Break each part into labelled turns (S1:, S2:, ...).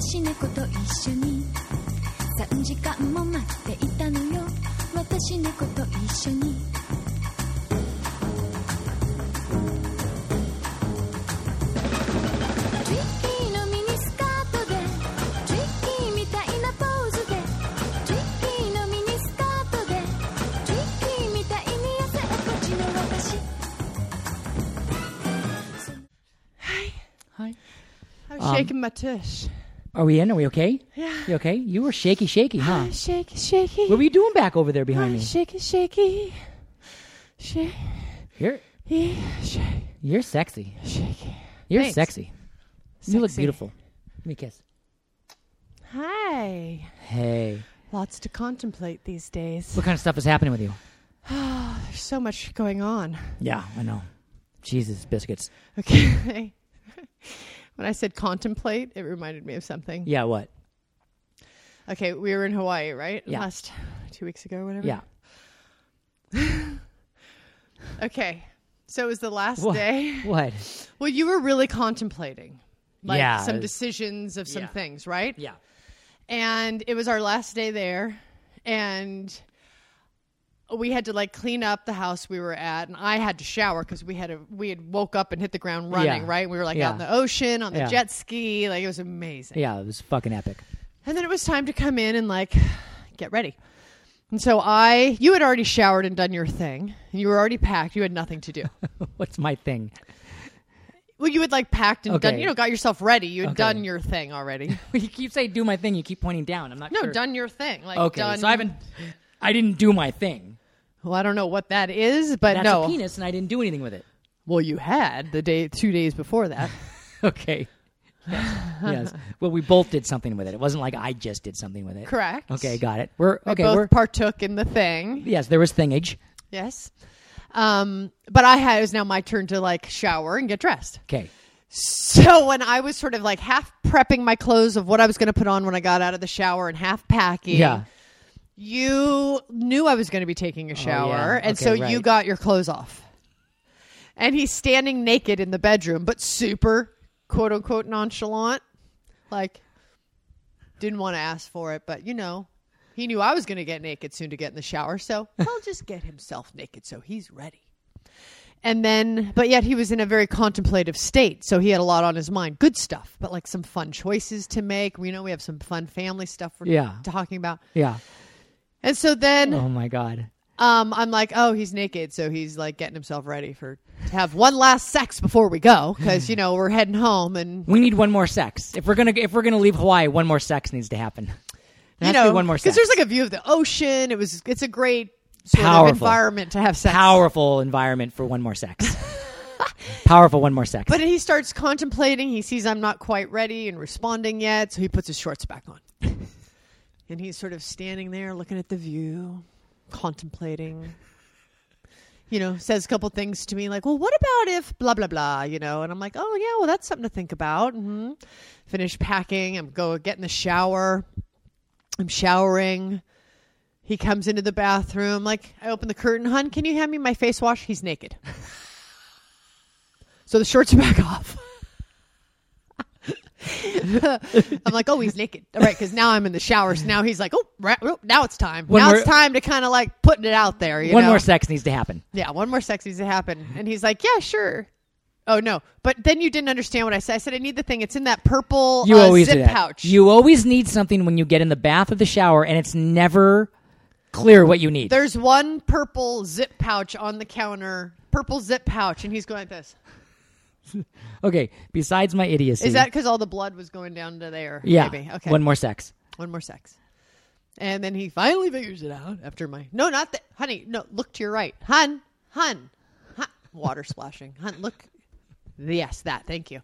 S1: し猫と一緒に3時間も待っていたのよ私猫と一緒にトリッキーのミニスカートでトリッキーみたいなポーズでトリッキーのミニスカートでトリッキーみたいに汗おかちの私
S2: Hi.
S3: I was
S2: Um,
S3: shaking my tush.
S2: Are we in? Are we okay?
S3: Yeah.
S2: You okay? You were shaky, shaky, huh?
S3: Shaky, shaky.
S2: What were you doing back over there behind me?
S3: Shaky, shaky. Shaky,
S2: You're
S3: shaky,
S2: you're sexy.
S3: shaky.
S2: You're
S3: Thanks.
S2: sexy. You look
S3: Sexy.
S2: beautiful. Give me a kiss.
S3: Hi.
S2: Hey,
S3: Lots to contemplate these days.
S2: what kind of stuff is happening with you?
S3: There's so much going on.
S2: Yeah, I know. Jesus biscuits.
S3: Okay. when I said contemplate, it reminded me of something.
S2: Yeah, what?
S3: Okay, we were in Hawaii, right?
S2: Yeah.
S3: Last two weeks ago, whatever.
S2: Yeah.
S3: Okay. So it was the last
S2: What?
S3: day.
S2: What?
S3: Well, you were really contemplating like
S2: Yeah,
S3: some
S2: it-
S3: decisions of some
S2: yeah.
S3: things, right?
S2: Yeah.
S3: and it was our last day there and we had to like clean up the house we were at and i had to shower because we had a we had woke up and hit the ground running
S2: Yeah.
S3: right we were like out in
S2: Yeah.
S3: the ocean on the
S2: Yeah.
S3: jet ski like it was amazing
S2: Yeah, it was fucking epic.
S3: and then it was time to come in and like get ready and so i you had already showered and done your thing and you were already packed you had nothing to do
S2: What's my thing?
S3: well you had like packed and done
S2: Okay.
S3: you know got yourself ready you had
S2: Okay.
S3: done your thing already
S2: you keep saying do my thing. You keep pointing down. I'm not
S3: no
S2: sure.
S3: done your thing like
S2: Okay,
S3: done
S2: so I haven't. I didn't do my thing.
S3: well i don't know what that is but
S2: That's
S3: no
S2: a penis, and I didn't do anything with it.
S3: Well, you had the day two days before that.
S2: Okay. Yes. yes. Well, we both did something with it. It wasn't like I just did something with it.
S3: Correct.
S2: Okay, got it. We're
S3: We
S2: okay.
S3: both
S2: We're
S3: partook in the thing.
S2: yes. There was thingage.
S3: Yes. Um, but I had it was now my turn to like shower and get dressed.
S2: Okay.
S3: So when I was sort of like half prepping my clothes of what I was going to put on when I got out of the shower and half packing,
S2: Yeah.
S3: you knew I was going to be taking a shower, and
S2: Oh, Okay,
S3: so you
S2: right.
S3: got your clothes off. And he's standing naked in the bedroom, but super quote unquote nonchalant. Like, didn't want to ask for it, but you know, he knew I was going to get naked soon to get in the shower, so he'll just get himself naked so he's ready. And then, but yet he was in a very contemplative state, so he had a lot on his mind. Good stuff, but like some fun choices to make. We know we have some fun family stuff we're
S2: Yeah.
S3: talking about.
S2: Yeah.
S3: And so then
S2: Oh my god.
S3: um, I'm like, oh, he's naked, so he's like getting himself ready for to have one last sex before we go because you
S2: Hmm.
S3: know we're heading home and
S2: We need one more sex. If we're gonna if we're gonna leave Hawaii, one more sex needs to happen. There
S3: you
S2: has to
S3: know
S2: be one more
S3: because
S2: sex.
S3: there's like a view of the ocean. It was it's a great sort
S2: Powerful.
S3: of environment to have sex.
S2: powerful environment for one more sex. powerful one more sex.
S3: But he starts contemplating. He sees I'm not quite ready and responding yet, so he puts his shorts back on. and he's sort of standing there looking at the view, contemplating. You know, says a couple things to me like, well, what about if blah, blah, blah, you know? And I'm like, oh, yeah, well, that's something to think about. hmm Finish packing. I'm go get in the shower. I'm showering. He comes into the bathroom. Like, I open the curtain. Hun, can you hand me my face wash? He's naked. So the shorts are back off. I'm like, oh, he's naked. All right, because now I'm in the shower. So now he's like, oh, ra- oh, now it's time.
S2: One
S3: now
S2: more-
S3: it's time to kind of like putting it out there. You
S2: one
S3: know?
S2: more sex needs to happen.
S3: Yeah, one more sex needs to happen. And he's like, yeah, sure. Oh, no. But then you didn't understand what I said. I said, I need the thing. It's in that purple
S2: You
S3: uh,
S2: always
S3: zip
S2: do that.
S3: pouch.
S2: You always need something when you get in the bath or the shower, and it's never clear what you need.
S3: There's one purple zip pouch on the counter. Purple zip pouch. And he's going like this.
S2: okay. Besides my idiocy,
S3: Is that because all the blood was going down to there?
S2: yeah?
S3: Maybe. Okay.
S2: One more sex.
S3: One more sex. And then he finally figures it out after my no, not that, honey. No, look to your right, hun, hun, hun. Water splashing, hun. Look, yes, that. Thank you.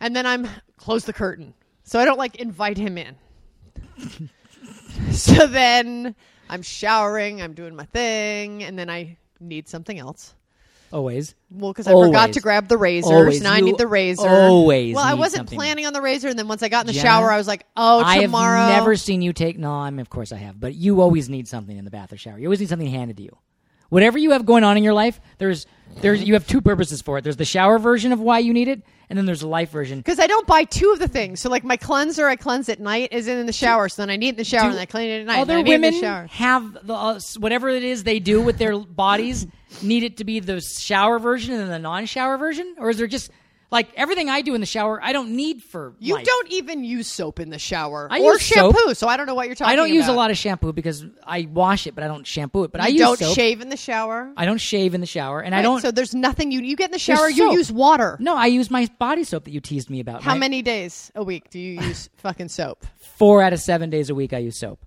S3: And then I'm close the curtain, so I don't like invite him in. so then I'm showering, I'm doing my thing, and then I need something else.
S2: Always.
S3: Well, because I forgot
S2: Always.
S3: to grab the razor,
S2: Always.
S3: now I
S2: You
S3: need the razor.
S2: always
S3: Well, I
S2: need
S3: wasn't
S2: something.
S3: planning on the razor, and then once I got in the
S2: Jenna,
S3: shower, I was like, "Oh,
S2: I have
S3: tomorrow."
S2: never seen you take. No, I'm of course I have, but you always need something in the bath or shower. You always need something handed to you. Whatever you have going on in your life, there's there's you have two purposes for it. There's the shower version of why you need it, and then there's the life version.
S3: Because I don't buy two of the things. So, like my cleanser, I cleanse at night, is in the shower. So then I need it in the shower, and I clean it at night. and then I
S2: Other
S3: need it in the
S2: women
S3: shower.
S2: have the uh, s- whatever it is they do with their bodies need it to be the shower version and then the non-shower version, or is there just like everything I do in the shower, I don't need for
S3: You
S2: life.
S3: don't even use soap in the shower
S2: I
S3: or
S2: use soap.
S3: shampoo, so I don't know what you're talking.
S2: I don't use a
S3: about.
S2: lot of shampoo because I wash it, but I don't shampoo it. But I
S3: You
S2: use
S3: don't
S2: soap.
S3: shave in the shower.
S2: I don't shave in the shower, and I
S3: Right,
S2: don't.
S3: So there's nothing you you get in the
S2: there's
S3: shower. You
S2: soap.
S3: use water.
S2: No, I use my body soap that you teased me about.
S3: How
S2: My-
S3: many days a week do you use fucking soap?
S2: Four out of seven days a week, I use soap.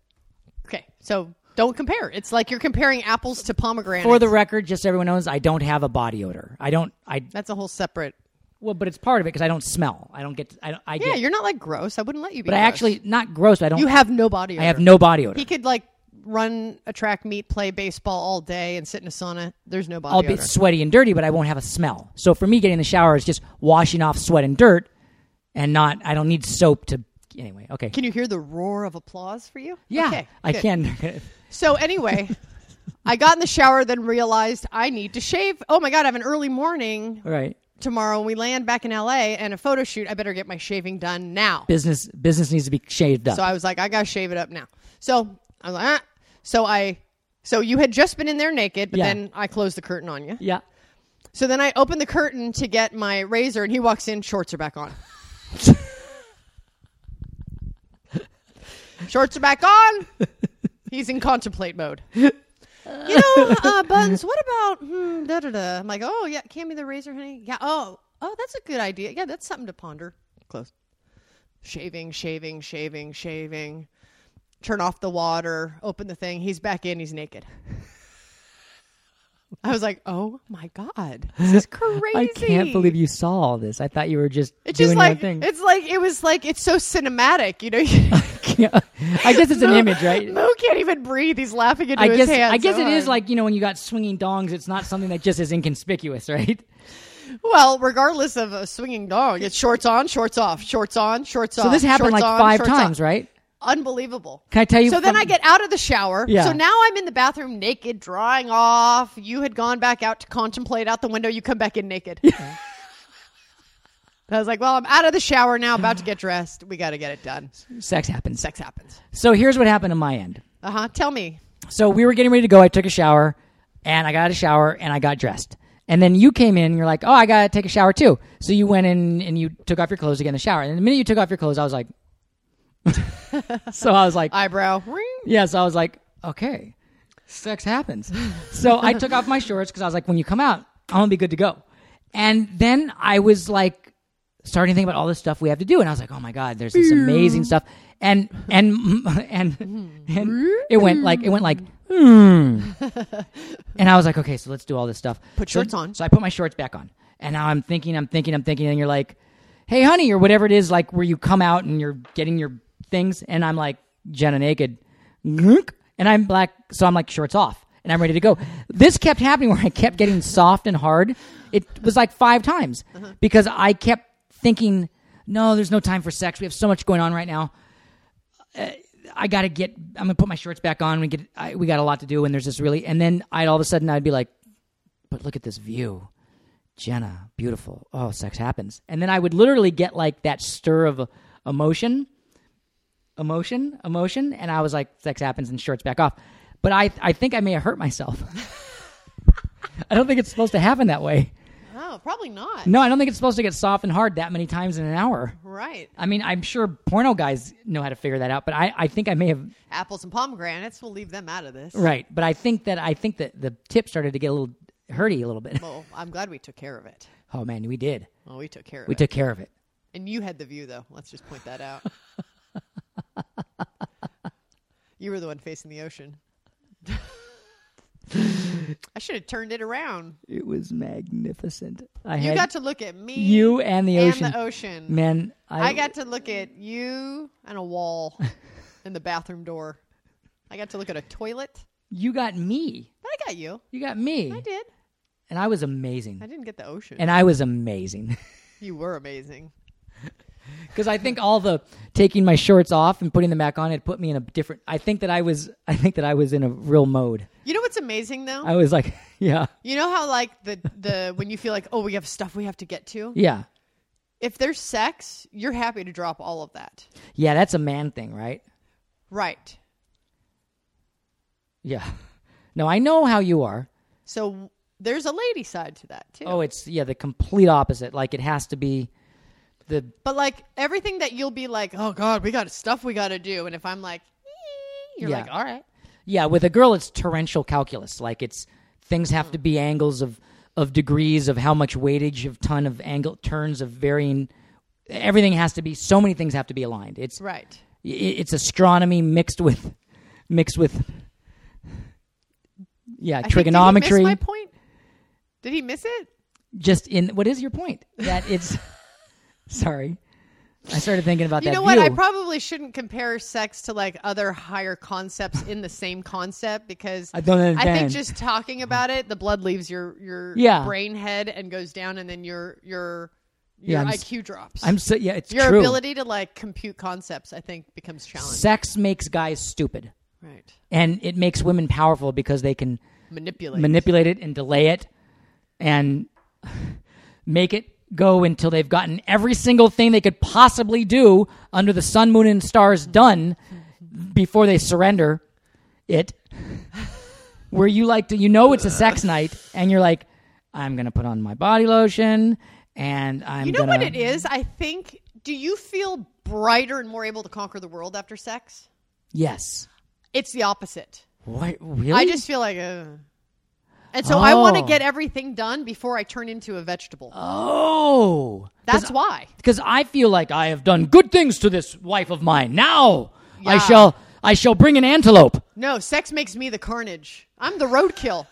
S3: Okay, so don't compare. It's like you're comparing apples to pomegranates.
S2: For the record, just so everyone knows, I don't have a body odor. I don't. I
S3: that's a whole separate.
S2: well, but it's part of it because I don't smell. I don't get. I, don't, I
S3: Yeah,
S2: get.
S3: you're not like gross. I wouldn't let you be.
S2: But I
S3: gross.
S2: actually not gross. But I don't.
S3: you have no body. Odor.
S2: I have no body odor.
S3: He could like run a track meet, play baseball all day, and sit in a sauna. There's no body
S2: I'll be
S3: odor.
S2: sweaty and dirty, but I won't have a smell. So for me, getting in the shower is just washing off sweat and dirt, and not. I don't need soap to. Anyway, okay.
S3: Can you hear the roar of applause for you?
S2: yeah,
S3: Okay,
S2: I
S3: good.
S2: can.
S3: So anyway, I got in the shower, then realized I need to shave. Oh my god, I have an early morning
S2: All right.
S3: tomorrow. We land back in LA and a photo shoot. I better get my shaving done now.
S2: Business business needs to be shaved up.
S3: So I was like, I gotta shave it up now. So I was like, ah. so I, so you had just been in there naked, but
S2: Yeah.
S3: then I closed the curtain on you.
S2: yeah.
S3: So then I opened the curtain to get my razor, and he walks in. Shorts are back on. shorts are back on. He's in contemplate mode. You know, uh, Buns, what about hmm, da da da? I'm like, oh, yeah, hand me the razor, honey. Yeah, oh, oh, that's a good idea. Yeah, that's something to ponder. Close. Shaving, shaving, shaving, shaving. Turn off the water, open the thing. He's back in, he's naked. I was like, oh my God, this is crazy.
S2: I can't believe you saw all this. I thought you were just
S3: It's
S2: doing
S3: just like
S2: your own thing.
S3: it's like it was like it's so cinematic, you know.
S2: Yeah. I guess it's an image, right?
S3: Mo can't even breathe. He's laughing into
S2: I
S3: his
S2: guess
S3: hands.
S2: I guess
S3: so
S2: it is
S3: hard.
S2: like you know when you got swinging dongs, it's not something that just is inconspicuous, right?
S3: well, regardless of a swinging dog, it's shorts on, shorts off, shorts on, shorts off.
S2: So this happened
S3: shorts
S2: like
S3: on,
S2: five
S3: shorts off.
S2: times, right?
S3: Unbelievable.
S2: Can I tell you
S3: So then I
S2: something?
S3: get out of the shower.
S2: Yeah.
S3: So now I'm in the bathroom naked, drying off. You had gone back out to contemplate out the window. You come back in naked. I was like, well, I'm out of the shower now, about to get dressed. We got to get it done.
S2: Sex happens.
S3: Sex happens.
S2: So here's what happened on my end.
S3: Uh huh. Tell me.
S2: So we were getting ready to go. I took a shower, and I got a shower, and I got dressed. And then you came in, and you're like, "Oh, I gotta take a shower too." So you went in and you took off your clothes to get in the shower. And the minute you took off your clothes, I was like, "So I was like,
S3: Eyebrow.
S2: Yeah, so I was like, okay, sex happens. so I took off my shorts because I was like, when you come out, I'm gonna be good to go. And then I was like, starting to think about all this stuff we have to do, and I was like, oh my god, there's this amazing stuff. And and and, and it went like it went like. "Hmm." and I was like, okay, so let's do all this stuff.
S3: Put
S2: So-
S3: shorts on.
S2: So I put my shorts back on, and now I'm thinking, I'm thinking, I'm thinking, and you're like, hey, honey, or whatever it is, like where you come out and you're getting your things, and I'm like, Jenna naked, Gunk. and I'm black, so I'm like shorts off, and I'm ready to go. This kept happening where I kept getting soft and hard. It was like five times
S3: Uh-huh.
S2: because I kept thinking, no, there's no time for sex. We have so much going on right now. I gotta get. I'm gonna put my shorts back on. We get. I, we got a lot to do, and there's this really. And then I all of a sudden I'd be like, "But look at this view, Jenna, beautiful. Oh, sex happens." And then I would literally get like that stir of emotion, emotion, emotion, and I was like, "Sex happens," and shorts back off. But I, I think I may have hurt myself. I don't think it's supposed to happen that way.
S3: Oh, probably not.
S2: No, I don't think it's supposed to get soft and hard that many times in an hour.
S3: Right.
S2: I mean, I'm sure porno guys know how to figure that out, but I, I think I may have
S3: Apples and pomegranates. We'll leave them out of this.
S2: Right, but I think that I think that the tip started to get a little hurty a little bit.
S3: Well, I'm glad we took care of it.
S2: Oh man, we did.
S3: Well, we took care of
S2: We
S3: it.
S2: took care of it.
S3: and you had the view, though. Let's just point that out. you were the one facing the ocean. I should have turned it around.
S2: It was magnificent. I
S3: You
S2: had
S3: got to look at me
S2: you and the
S3: and
S2: ocean.
S3: the ocean.
S2: Man, I,
S3: I got to look at you and a wall and the bathroom door. I got to look at a toilet.
S2: you got me.
S3: But I got you.
S2: You got me.
S3: I did.
S2: And I was amazing.
S3: I didn't get the ocean.
S2: and I was amazing.
S3: you were amazing.
S2: because I think all the taking my shorts off and putting them back on had put me in a different. I think that I was. I think that I was in a real mode.
S3: You know what's amazing though?
S2: I was like, yeah,
S3: you know how like the the when you feel like oh we have stuff we have to get to.
S2: yeah,
S3: If there's sex, you're happy to drop all of that.
S2: yeah. That's a man thing, right?
S3: Right.
S2: Yeah. No, I know how you are.
S3: So there's a lady side to that too.
S2: Oh, it's yeah, the complete opposite. Like it has to be the
S3: But like everything that you'll be like, oh god, we got stuff we got to do, and if I'm like, "Ee," you're
S2: Yeah.
S3: like, all right,
S2: yeah. With a girl, it's torrential calculus. Like it's things have to be angles of of degrees of how much weightage of ton of angle turns of varying. Everything has to be so many things have to be aligned. It's
S3: right.
S2: i- it's astronomy mixed with mixed with yeah
S3: I think- Did
S2: trigonometry.
S3: he miss my point? Did he miss it?
S2: just in what is your point that it's sorry. I started thinking about
S3: You
S2: that.
S3: know what? I
S2: view.
S3: probably shouldn't compare sex to like other higher concepts in the same concept because
S2: I don't
S3: I think
S2: understand.
S3: just talking about it, the blood leaves your your
S2: Yeah.
S3: brain head and goes down, and then your your
S2: Yeah,
S3: your
S2: I'm s-
S3: IQ drops.
S2: I'm so yeah, it's
S3: your
S2: true.
S3: ability to like compute concepts, I think, becomes challenged.
S2: Sex makes guys stupid,
S3: Right.
S2: and it makes women powerful because they can
S3: Manipulate.
S2: manipulate it and delay it, and make it go until they've gotten every single thing they could possibly do under the sun, moon, and stars done before they surrender it. Where you like to, you know, it's a sex night, and you're like, I'm gonna put on my body lotion, and I'm
S3: You know
S2: gonna.
S3: what it is? I think. Do you feel brighter and more able to conquer the world after sex?
S2: Yes.
S3: It's the opposite.
S2: What really?
S3: I just feel like, uh, and so I want to
S2: Oh.
S3: get everything done before I turn into a vegetable.
S2: oh.
S3: That's why.
S2: because I feel like I have done good things to this wife of mine. Now I
S3: Yeah.
S2: shall I shall bring an antelope.
S3: No, sex makes me the carnage. I'm the roadkill.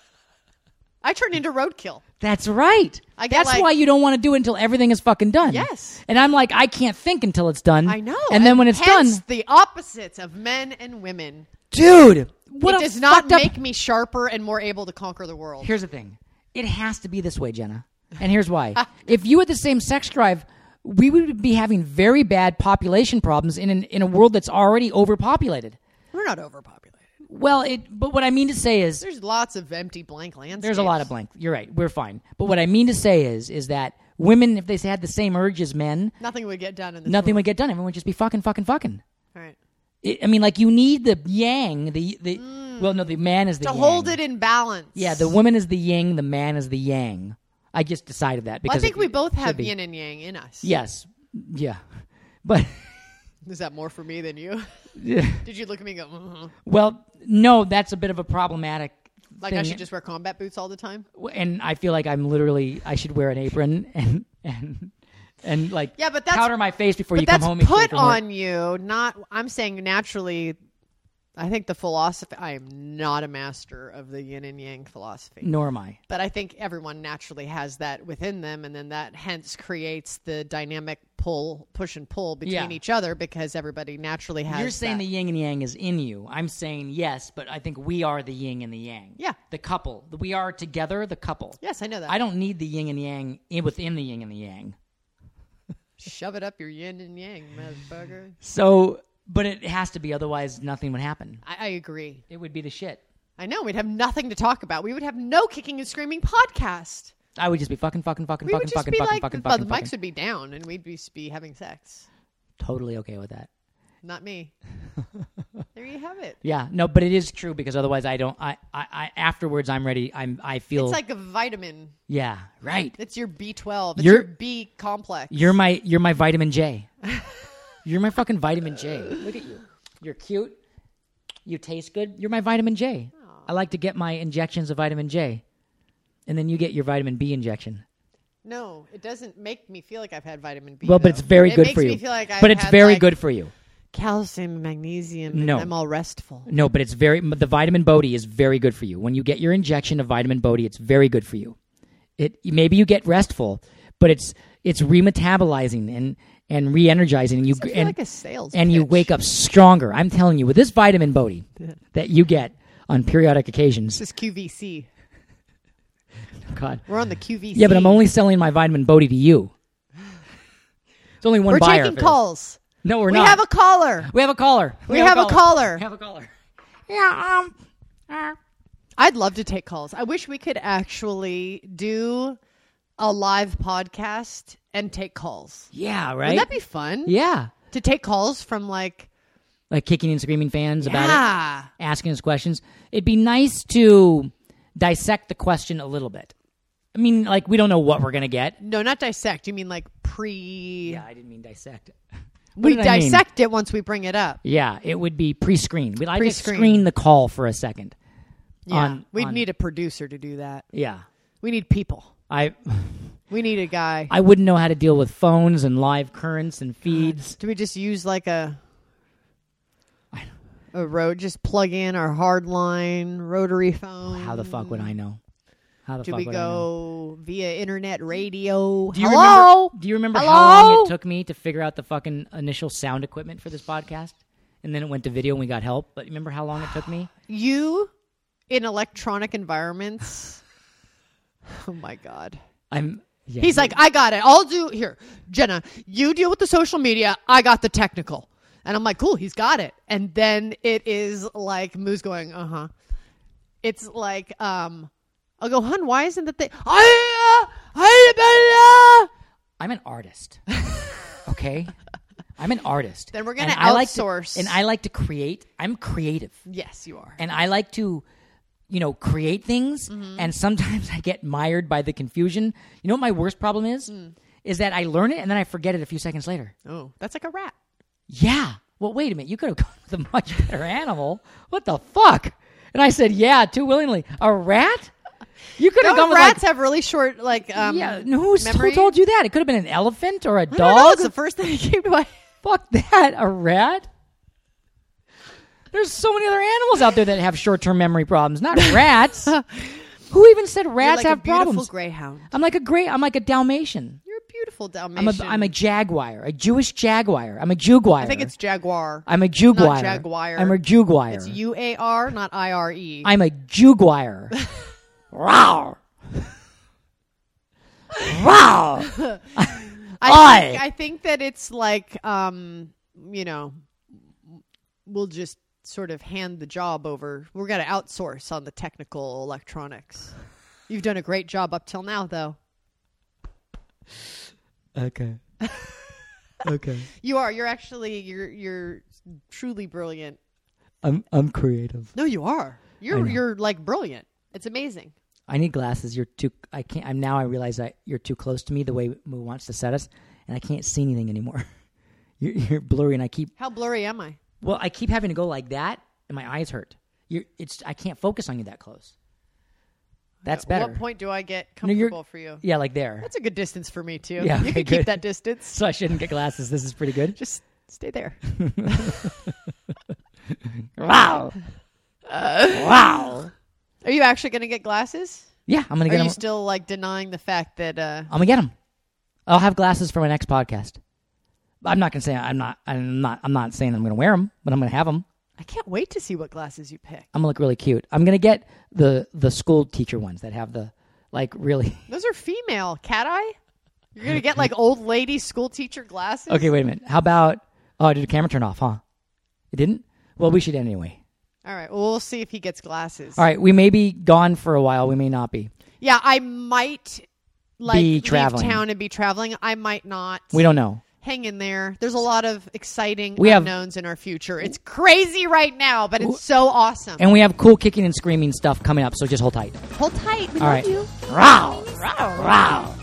S3: I turn into roadkill.
S2: That's right.
S3: I get
S2: That's
S3: like-
S2: why you don't want to do it until everything is fucking done.
S3: Yes.
S2: And I'm like, I can't think until it's done.
S3: I know.
S2: And then when it's
S3: hence
S2: done,
S3: the opposites of men and women.
S2: dude, what
S3: it
S2: a
S3: does not
S2: fucked up-
S3: make me sharper and more able to conquer the world.
S2: Here's the thing. It has to be this way, Jenna. And here's why. if you had the same sex drive, we would be having very bad population problems in an, in a world that's already overpopulated.
S3: We're not overpopulated.
S2: Well, it but what I mean to say is
S3: There's lots of empty blank landscapes.
S2: There's a lot of blank. You're right. We're fine. But what I mean to say is, is that women, if they had the same urge as men,
S3: Nothing would get done in this
S2: nothing would get done. Everyone would just be fucking, fucking, fucking.
S3: All right.
S2: I I mean, like you need the yang, the the. Well, no, the man is the
S3: Mm. To
S2: yang.
S3: hold it in balance.
S2: Yeah, the woman is the yin, the man is the yang. I just decided that because
S3: I think
S2: it-
S3: we both
S2: it should
S3: have
S2: be.
S3: yin and yang in us.
S2: Yes. Yeah. But
S3: Is that more for me than you? Did you look at me and go, "Mhm."
S2: well, no, that's a bit of a problematic.
S3: like I
S2: thing.
S3: should just wear combat boots all the time?
S2: and I feel like I'm literally I should wear an apron and and and like
S3: Yeah, but that's-
S2: powder my face before you come
S3: But that's
S2: home. and
S3: put
S2: shave and work.
S3: on you, not, I'm saying naturally, I think the philosophy, I am not a master of the yin and yang philosophy.
S2: Nor am I.
S3: But I think everyone naturally has that within them, and then that hence creates the dynamic pull, push and pull between
S2: Yeah.
S3: each other because everybody naturally has.
S2: You're saying
S3: that.
S2: the yin and yang is in you. I'm saying yes, but I think we are the yin and the yang.
S3: Yeah.
S2: The couple. We are together the couple.
S3: yes, I know that.
S2: I don't need the yin and yang in, within the yin and the yang.
S3: Shove it up your yin and yang, motherfucker.
S2: So, but it has to be otherwise nothing would happen.
S3: I, I agree.
S2: It would be the shit.
S3: I know we'd have nothing to talk about. We would have no kicking and screaming podcast.
S2: I would just be fucking fucking fucking
S3: We
S2: fucking
S3: would just
S2: fucking
S3: be
S2: fucking
S3: like,
S2: fucking
S3: the,
S2: fucking
S3: the
S2: fucking.
S3: mics would be down, and we'd be, be having sex.
S2: Totally okay with that.
S3: Not me. there you have it.
S2: Yeah, no, but it is true because otherwise I don't. I, I, I afterwards I'm ready. I'm. I feel.
S3: It's like a vitamin.
S2: yeah, right.
S3: It's your B twelve. It's
S2: You're-
S3: your B complex.
S2: You're my. You're my vitamin J. you're my fucking vitamin J. Look at you. You're cute. You taste good. You're my vitamin J. I like to get my injections of vitamin J, and then you get your vitamin B injection.
S3: No, it doesn't make me feel like I've had vitamin B.
S2: Well, but it's
S3: though.
S2: very
S3: it
S2: good
S3: makes
S2: for you.
S3: Me feel like I've
S2: but it's
S3: had,
S2: very
S3: like,
S2: good for you.
S3: Calcium, and magnesium. and
S2: No.
S3: I'm all restful.
S2: No, but it's very the vitamin Bodhi is very good for you. When you get your injection of vitamin Bodhi, it's very good for you. It maybe you get restful, but it's it's remetabolizing and and re-energizing and you
S3: I feel
S2: and
S3: like a sales.
S2: and you
S3: pitch.
S2: wake up stronger. I'm telling you, with this vitamin Bodhi that you get on periodic occasions.
S3: This is QVC.
S2: God.
S3: We're on the QVC.
S2: Yeah, but I'm only selling my vitamin Bodhi to you. It's only one
S3: We're
S2: buyer.
S3: taking
S2: for this.
S3: calls.
S2: No, we're
S3: we
S2: not.
S3: have a caller.
S2: we have a caller.
S3: We have a caller.
S2: We have a caller.
S1: Yeah, um, uh,
S3: I'd love to take calls. I wish we could actually do a live podcast and take calls.
S2: Yeah,
S3: Would
S2: right.
S3: that be fun?
S2: yeah,
S3: To take calls from like ah,
S2: like kicking and screaming fans about it,
S3: yeah.
S2: asking us questions. It'd be nice to dissect the question a little bit. I mean, like we don't know what we're gonna get.
S3: No, not dissect. You mean like pre?
S2: Yeah, I didn't mean dissect. What
S3: we
S2: did I mean?
S3: dissect it once we bring it up.
S2: Yeah, it would be pre-screen. We'd like to
S3: Pre-screen.
S2: screen the call for a second.
S3: Yeah,
S2: On-
S3: we'd
S2: on-
S3: need a producer to do that.
S2: Yeah,
S3: We need people.
S2: I
S3: We need a guy.
S2: I wouldn't know how to deal with phones and live currents and feeds.
S3: Do we just use like a a road? Just plug in our hardline rotary phone.
S2: How the fuck would I know? How the
S3: Do
S2: fuck
S3: we
S2: would I know?
S3: go via internet radio?
S2: Do you
S3: Hello.
S2: remember? Do you remember how
S3: Hello?
S2: long it took me to figure out the fucking initial sound equipment for this podcast? And then it went to video, and we got help. But remember how long it took me?
S3: you in electronic environments? oh my god.
S2: I'm. Yeah,
S3: He's like, I got it. I'll do here, Jenna. You deal with the social media. I got the technical. And I'm like, cool. He's got it. And then it is like Moo's going, uh huh. It's like, um, I'll go, hun. Why isn't that thing? I, I,
S2: I'm an artist. okay, I'm an artist.
S3: Then we're gonna
S2: And I like to-
S3: outsource.
S2: and I like to create. I'm creative,
S3: yes, you are.
S2: and I like to, you know, create things.
S3: Mm-hmm.
S2: And sometimes I get mired by the confusion. You know what my worst problem is?
S3: Hmm.
S2: Is that I learn it and then I forget it a few seconds later.
S3: Oh, that's like a rat.
S2: Yeah. Well, wait a minute. You could have gone with a much better animal. What the fuck? And I said, yeah, too willingly. A rat? You could have
S3: No,
S2: gone with
S3: rats
S2: like,
S3: have really short, like, um,
S2: yeah. Who's, who
S3: memory.
S2: told you that? It could have been an elephant or a
S3: I don't know,
S2: dog.
S3: it's the first thing that came to my.
S2: Fuck that. A rat? There's so many other animals out there that have short-term memory problems. Not rats. who even said
S3: You're
S2: rats
S3: like a
S2: have
S3: beautiful
S2: problems?
S3: greyhound.
S2: I'm like a great. I'm like a Dalmatian.
S3: You're a beautiful
S2: I'm a,
S3: Dalmatian.
S2: I'm a jaguar. A Jewish jaguar. I'm a Jugwire.
S3: I think it's jaguar.
S2: I'm a Jugwire.
S3: jaguar.
S2: I'm a Jugwire.
S3: it's U A R, not I R E.
S2: I'm a Jugwire. Rawr. Rawr.
S3: I think,
S2: Oi.
S3: I think that it's like, um, you know, we'll just sort of hand the job over. We're going to outsource on the technical electronics. You've done a great job up till now, though.
S2: Okay. Okay.
S3: You are. You're actually. You're. You're truly brilliant.
S2: I'm I'm creative.
S3: No, you are. You're.
S2: know.
S3: You're like brilliant. It's amazing.
S2: I need glasses. You're too I can't I'm now I realize that you're too close to me the way Moo wants to set us and I can't see anything anymore. You're, you're blurry and I keep
S3: How blurry am I?
S2: well I keep having to go like that and my eyes hurt. You're it's I can't focus on you that close. That's
S3: At
S2: better.
S3: what point do I get
S2: No, you're-
S3: comfortable for you?
S2: Yeah, like there.
S3: That's a good distance for me too.
S2: Yeah,
S3: you
S2: okay,
S3: can keep
S2: good.
S3: that distance.
S2: so I shouldn't get glasses. This is pretty good.
S3: Just stay there.
S2: Wow. wow.
S3: Are you actually going to get glasses?
S2: Yeah, I'm gonna
S3: Are
S2: get
S3: you
S2: them.
S3: still like denying the fact that uh
S2: I'm gonna get them. I'll have glasses for my next podcast. I'm not gonna say I'm not. I'm not. I'm not saying I'm gonna wear them, but I'm gonna have them.
S3: I can't wait to see what glasses you pick.
S2: I'm gonna look really cute. I'm gonna get the the school teacher ones that have the like really.
S3: Those are female cat eye. You're gonna get like old lady school teacher glasses.
S2: Okay, wait a minute. How about? Oh, did the camera turn off? Huh? It didn't. Well, we should end anyway.
S3: All right. Well, we'll see if he gets glasses.
S2: All right, we may be gone for a while. We may not be.
S3: Yeah, I might like
S2: Be
S3: leave
S2: traveling.
S3: town and be traveling. I might not.
S2: We don't know.
S3: Hang in there. There's a lot of exciting
S2: We have-
S3: unknowns in our future. It's crazy right now, but it's so awesome.
S2: And we have cool kicking and screaming stuff coming up. So just hold tight.
S1: hold tight. We
S2: All
S1: love
S2: right.
S1: you.
S2: Row, row, row.